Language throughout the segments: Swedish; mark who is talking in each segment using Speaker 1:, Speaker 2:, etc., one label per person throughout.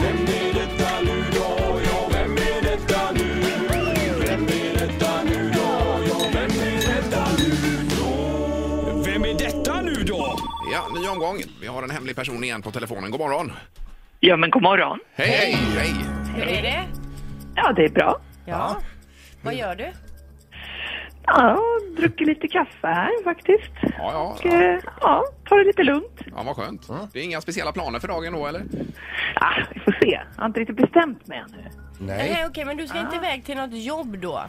Speaker 1: Vem är detta nu då? Ja, vem är detta nu? Vem är detta nu då? Ja, vem är detta nu då? Vem är detta nu då?
Speaker 2: Ja, ny omgång. Vi har en hemlig person igen på telefonen. God morgon!
Speaker 3: Ja, men god morgon.
Speaker 2: Hej, hej! hej.
Speaker 4: Hur är det?
Speaker 3: Ja, det är bra.
Speaker 4: Ja. Vad gör du?
Speaker 3: Ja, druckit lite kaffe här faktiskt.
Speaker 2: Ja, ja,
Speaker 3: Och,
Speaker 2: ja.
Speaker 3: eh, ja, tar det lite lugnt.
Speaker 2: ja, vad skönt. Det är inga speciella planer för dagen då, eller?
Speaker 3: Ja, Ah, vi får se. Jag har inte riktigt bestämt mig ännu.
Speaker 4: Nej,
Speaker 5: Nej.
Speaker 4: okej, men du ska inte iväg till något jobb då?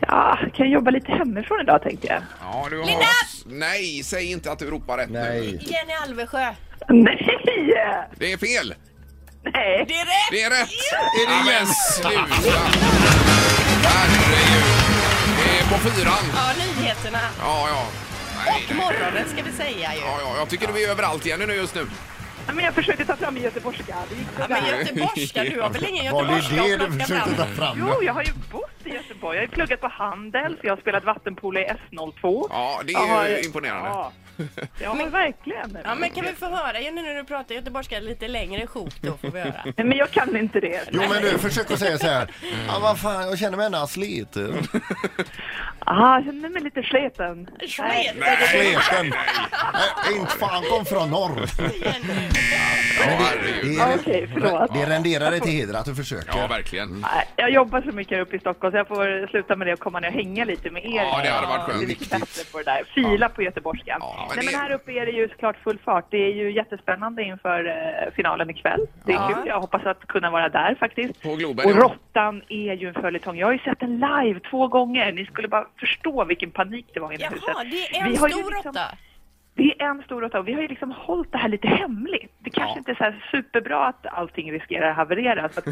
Speaker 3: Ja, kan jobba lite hemifrån idag tänkte jag.
Speaker 2: Ja, du har...
Speaker 4: Linda!
Speaker 2: Nej, säg inte att du ropar rätt nu.
Speaker 5: Nej.
Speaker 4: Jenny Alvesjö.
Speaker 3: Nej!
Speaker 2: Det är fel!
Speaker 3: Nej!
Speaker 4: Det är rätt!
Speaker 2: Det är rätt!
Speaker 5: Är det
Speaker 2: Men
Speaker 5: Jens?
Speaker 2: sluta! Herregud! Det är på fyran.
Speaker 4: Ja, nyheterna.
Speaker 2: Ja, ja. Nej,
Speaker 4: Och
Speaker 2: nej.
Speaker 4: morgonen ska vi säga ju.
Speaker 2: Ja, ja, jag tycker vi är överallt igen nu just nu.
Speaker 3: Ja, Men jag försökte ta fram göteborgska. Det gick
Speaker 4: Ja,
Speaker 3: sådär.
Speaker 4: men göteborgska, du har väl ingen
Speaker 5: Var det
Speaker 4: göteborgska
Speaker 5: det
Speaker 4: att
Speaker 5: du
Speaker 4: plocka
Speaker 5: försökte ta
Speaker 4: fram?
Speaker 5: fram?
Speaker 3: Jo, jag har ju bott i Göteborg. Jag har ju pluggat på Handels, jag har spelat vattenpolo i S02.
Speaker 2: Ja, det
Speaker 3: Jag har-
Speaker 2: är ju imponerande.
Speaker 3: Ja, ja men verkligen.
Speaker 4: Ja, men kan vi få höra Jenny när du pratar göteborgska lite längre sjok då får vi höra.
Speaker 3: Nej, men jag kan inte det.
Speaker 5: Jo men du, försök att säga så här. Ja vad fan, jag känner mig en aslet.
Speaker 3: Ah, jag känner mig lite sliten.
Speaker 4: Sleten.
Speaker 5: Sleten. Nej, inte fan kom från norr.
Speaker 4: Jenny.
Speaker 2: Ja,
Speaker 5: Det
Speaker 2: herregud.
Speaker 5: är-
Speaker 3: Ja, okej, förlåt.
Speaker 5: Det renderar dig till heder att du
Speaker 2: Ja,
Speaker 5: försöker.
Speaker 2: verkligen.
Speaker 3: Nej, Jag jobbar så mycket här uppe i Stockholm så jag får sluta med det och komma ner och hänga lite med er.
Speaker 2: Ja, det hade varit skönt.
Speaker 3: Det är mycket bättre på det där. Fila på göteborgskan.
Speaker 2: Ja, men
Speaker 3: Nej, men
Speaker 2: det-
Speaker 3: här uppe är det ju såklart full fart. Det är ju jättespännande inför eh, finalen ikväll. Det är
Speaker 4: Ja.
Speaker 3: kul. Jag hoppas att kunna vara där faktiskt.
Speaker 2: På Globen,
Speaker 3: och
Speaker 2: ja.
Speaker 3: Råttan är ju en följetong. Jag har ju sett den live två gånger. Ni skulle bara förstå vilken panik det var inne i huset.
Speaker 4: Jaha, det är
Speaker 3: Vi
Speaker 4: en
Speaker 3: har ju
Speaker 4: stor
Speaker 3: liksom-
Speaker 4: råtta.
Speaker 3: det är en stor råtta och vi har ju liksom hållit det här lite hemligt. Det kanske
Speaker 2: Ja.
Speaker 3: inte är så här superbra att allting riskerar att haverera. Så att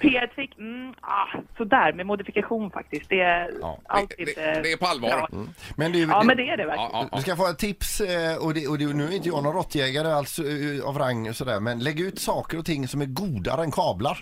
Speaker 3: PR-trick, mm, ah, sådär med modifikation faktiskt. Det är
Speaker 5: Ja, det-
Speaker 3: allt
Speaker 2: det-
Speaker 3: inte
Speaker 2: det är på allvar. Mm.
Speaker 3: bra.
Speaker 5: Men du,
Speaker 3: Ja, men det är det
Speaker 2: Ja,
Speaker 3: verkligen.
Speaker 2: ja,
Speaker 5: Du
Speaker 2: ja.
Speaker 5: ska få ett tips eh, och, det, och det, nu är inte jag någon råttjägare alls eh, av rang och sådär men lägg ut saker och ting som är godare än kablar.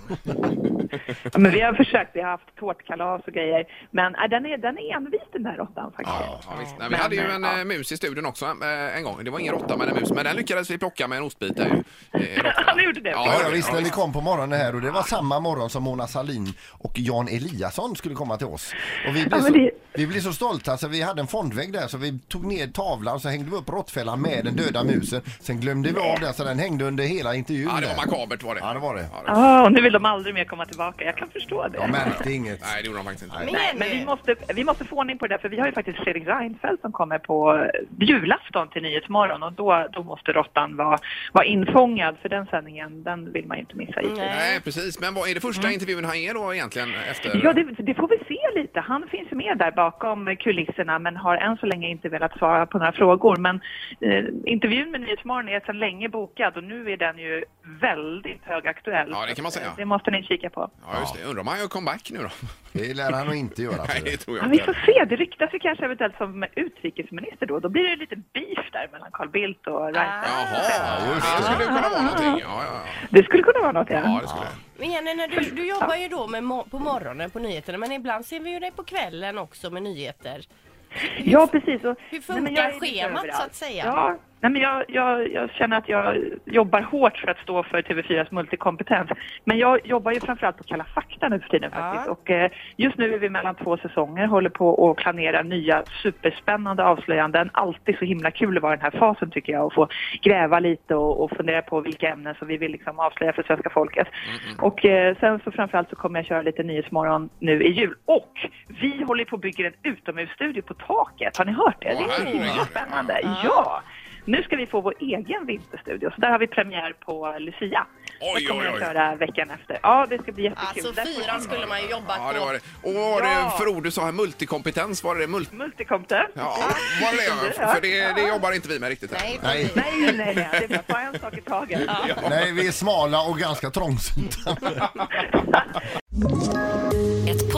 Speaker 3: Ja, men vi har försökt, vi har haft tårtkalas och grejer. Men äh, den, är, den är envis den där råttan faktiskt.
Speaker 2: Ja, ja, visst. Nej, vi
Speaker 3: Men,
Speaker 2: hade ju en
Speaker 3: ja.
Speaker 2: eh, mus i studion också eh, en gång. Det var ingen råtta men en mus. Men den lyckades vi plocka med en ostbit där ju. Eh, råttan.
Speaker 3: Ni gjorde det?
Speaker 2: Ja,
Speaker 5: Ja,
Speaker 2: ja,
Speaker 5: jag visste
Speaker 2: ja,
Speaker 5: när vi
Speaker 2: visst.
Speaker 5: kom på morgonen här och det var samma morgon som Mona Salin och Jan Eliasson skulle komma till oss. Och vi blev,
Speaker 3: men
Speaker 5: så,
Speaker 3: det-
Speaker 5: vi blev så stolta alltså, vi hade en fondvägg där så vi tog ner tavlan så hängde vi upp råttfällan med den döda musen. Sen glömde vi av den så den hängde under hela intervjun.
Speaker 2: Ja, det var
Speaker 5: där.
Speaker 2: makabert var det.
Speaker 5: Ja, det var det.
Speaker 3: Ah, och nu vill de aldrig mer komma tillbaka. Jag kan förstå det.
Speaker 5: Jag märkte inget.
Speaker 2: Nej, det gjorde de faktiskt inte.
Speaker 4: Men
Speaker 3: Nej,
Speaker 4: Jenny.
Speaker 3: men vi måste, vi måste få ordning på det där, för vi har ju faktiskt Fredrik Reinfeldt som kommer på eh, julafton till Nyhetsmorgon och då, då måste råttan vara, vara infångad för den sändningen, den vill man ju inte missa. givetvis.
Speaker 2: Nej, precis. Men vad är det första intervjun han ger då egentligen efter?
Speaker 3: Ja, det, det får vi se lite. Han finns ju med där bakom kulisserna men har än så länge inte velat svara på några frågor. Men eh, intervjun med Nyhetsmorgon är sedan länge bokad och nu är den ju väldigt högaktuell.
Speaker 2: Ja, det kan man säga.
Speaker 3: Det måste ni kika på.
Speaker 2: Ja, just det. Undrar om han gör comeback nu då?
Speaker 5: Det lär han nog inte göra.
Speaker 2: Nej,
Speaker 5: tror
Speaker 2: det
Speaker 5: jag.
Speaker 2: tror
Speaker 3: Ja,
Speaker 2: jag
Speaker 3: vi får
Speaker 2: inte.
Speaker 3: se. Det ryktas ju kanske eventuellt som utrikesminister då. Då blir det ju lite beef där mellan Carl Bildt och Reinfeldt.
Speaker 2: Jaha,
Speaker 5: just
Speaker 2: det skulle kunna vara någonting. Ja, ja, ja.
Speaker 3: Det skulle kunna vara något,
Speaker 2: Ah. ja
Speaker 3: ja.
Speaker 2: det skulle
Speaker 4: Men Jenny, när du, du jobbar ju då med mo- på morgonen på nyheterna men ibland ser vi ju dig på kvällen också med nyheter.
Speaker 3: Ja, precis. Och,
Speaker 4: Hur funkar
Speaker 3: men jag är lite
Speaker 4: schemat,
Speaker 3: överallt.
Speaker 4: så att säga?
Speaker 3: Ja, nej, men jag, jag, jag känner att jag jobbar hårt för att stå för TV4s multikompetens. Men jag jobbar ju framförallt på Kalla fakta nu för tiden
Speaker 4: Ja.
Speaker 3: faktiskt. Och eh, just nu är vi mellan två säsonger, håller på och planerar nya superspännande avslöjanden. Alltid så himla kul att vara i den här fasen tycker jag och få gräva lite och, och fundera på vilka ämnen som vi vill liksom avslöja för svenska folket. Och eh, sen så framförallt så kommer jag köra lite Nyhetsmorgon nu i jul. Och vi håller på och bygger en utomhusstudio på taket. Har ni hört det?
Speaker 2: Åh,
Speaker 3: det är så himla
Speaker 2: herregud.
Speaker 3: spännande. Ja! Nu ska vi få vår egen vinterstudio, så där har vi premiär på Lucia.
Speaker 2: Oj,
Speaker 3: det kommer
Speaker 2: oj,
Speaker 3: jag
Speaker 2: oj.
Speaker 3: köra veckan efter. Ja, det ska bli jättekul.
Speaker 4: Alltså
Speaker 3: Där får
Speaker 4: fyran
Speaker 3: vi-
Speaker 4: skulle man ju jobba
Speaker 2: Ja, det
Speaker 4: på.
Speaker 2: var det. Och vad var det
Speaker 3: Ja.
Speaker 2: för ord du sa här? Multikompetens, var det multi...
Speaker 3: Multikompetens.
Speaker 2: Ja, vad var det? För det, det jobbar inte vi med riktigt. här.
Speaker 4: Nej,
Speaker 5: Nej.
Speaker 4: precis.
Speaker 3: Nej, nej, nej. Det är bara en sak i taget.
Speaker 5: Nej, vi är smala och ganska trångsynta.
Speaker 6: Ett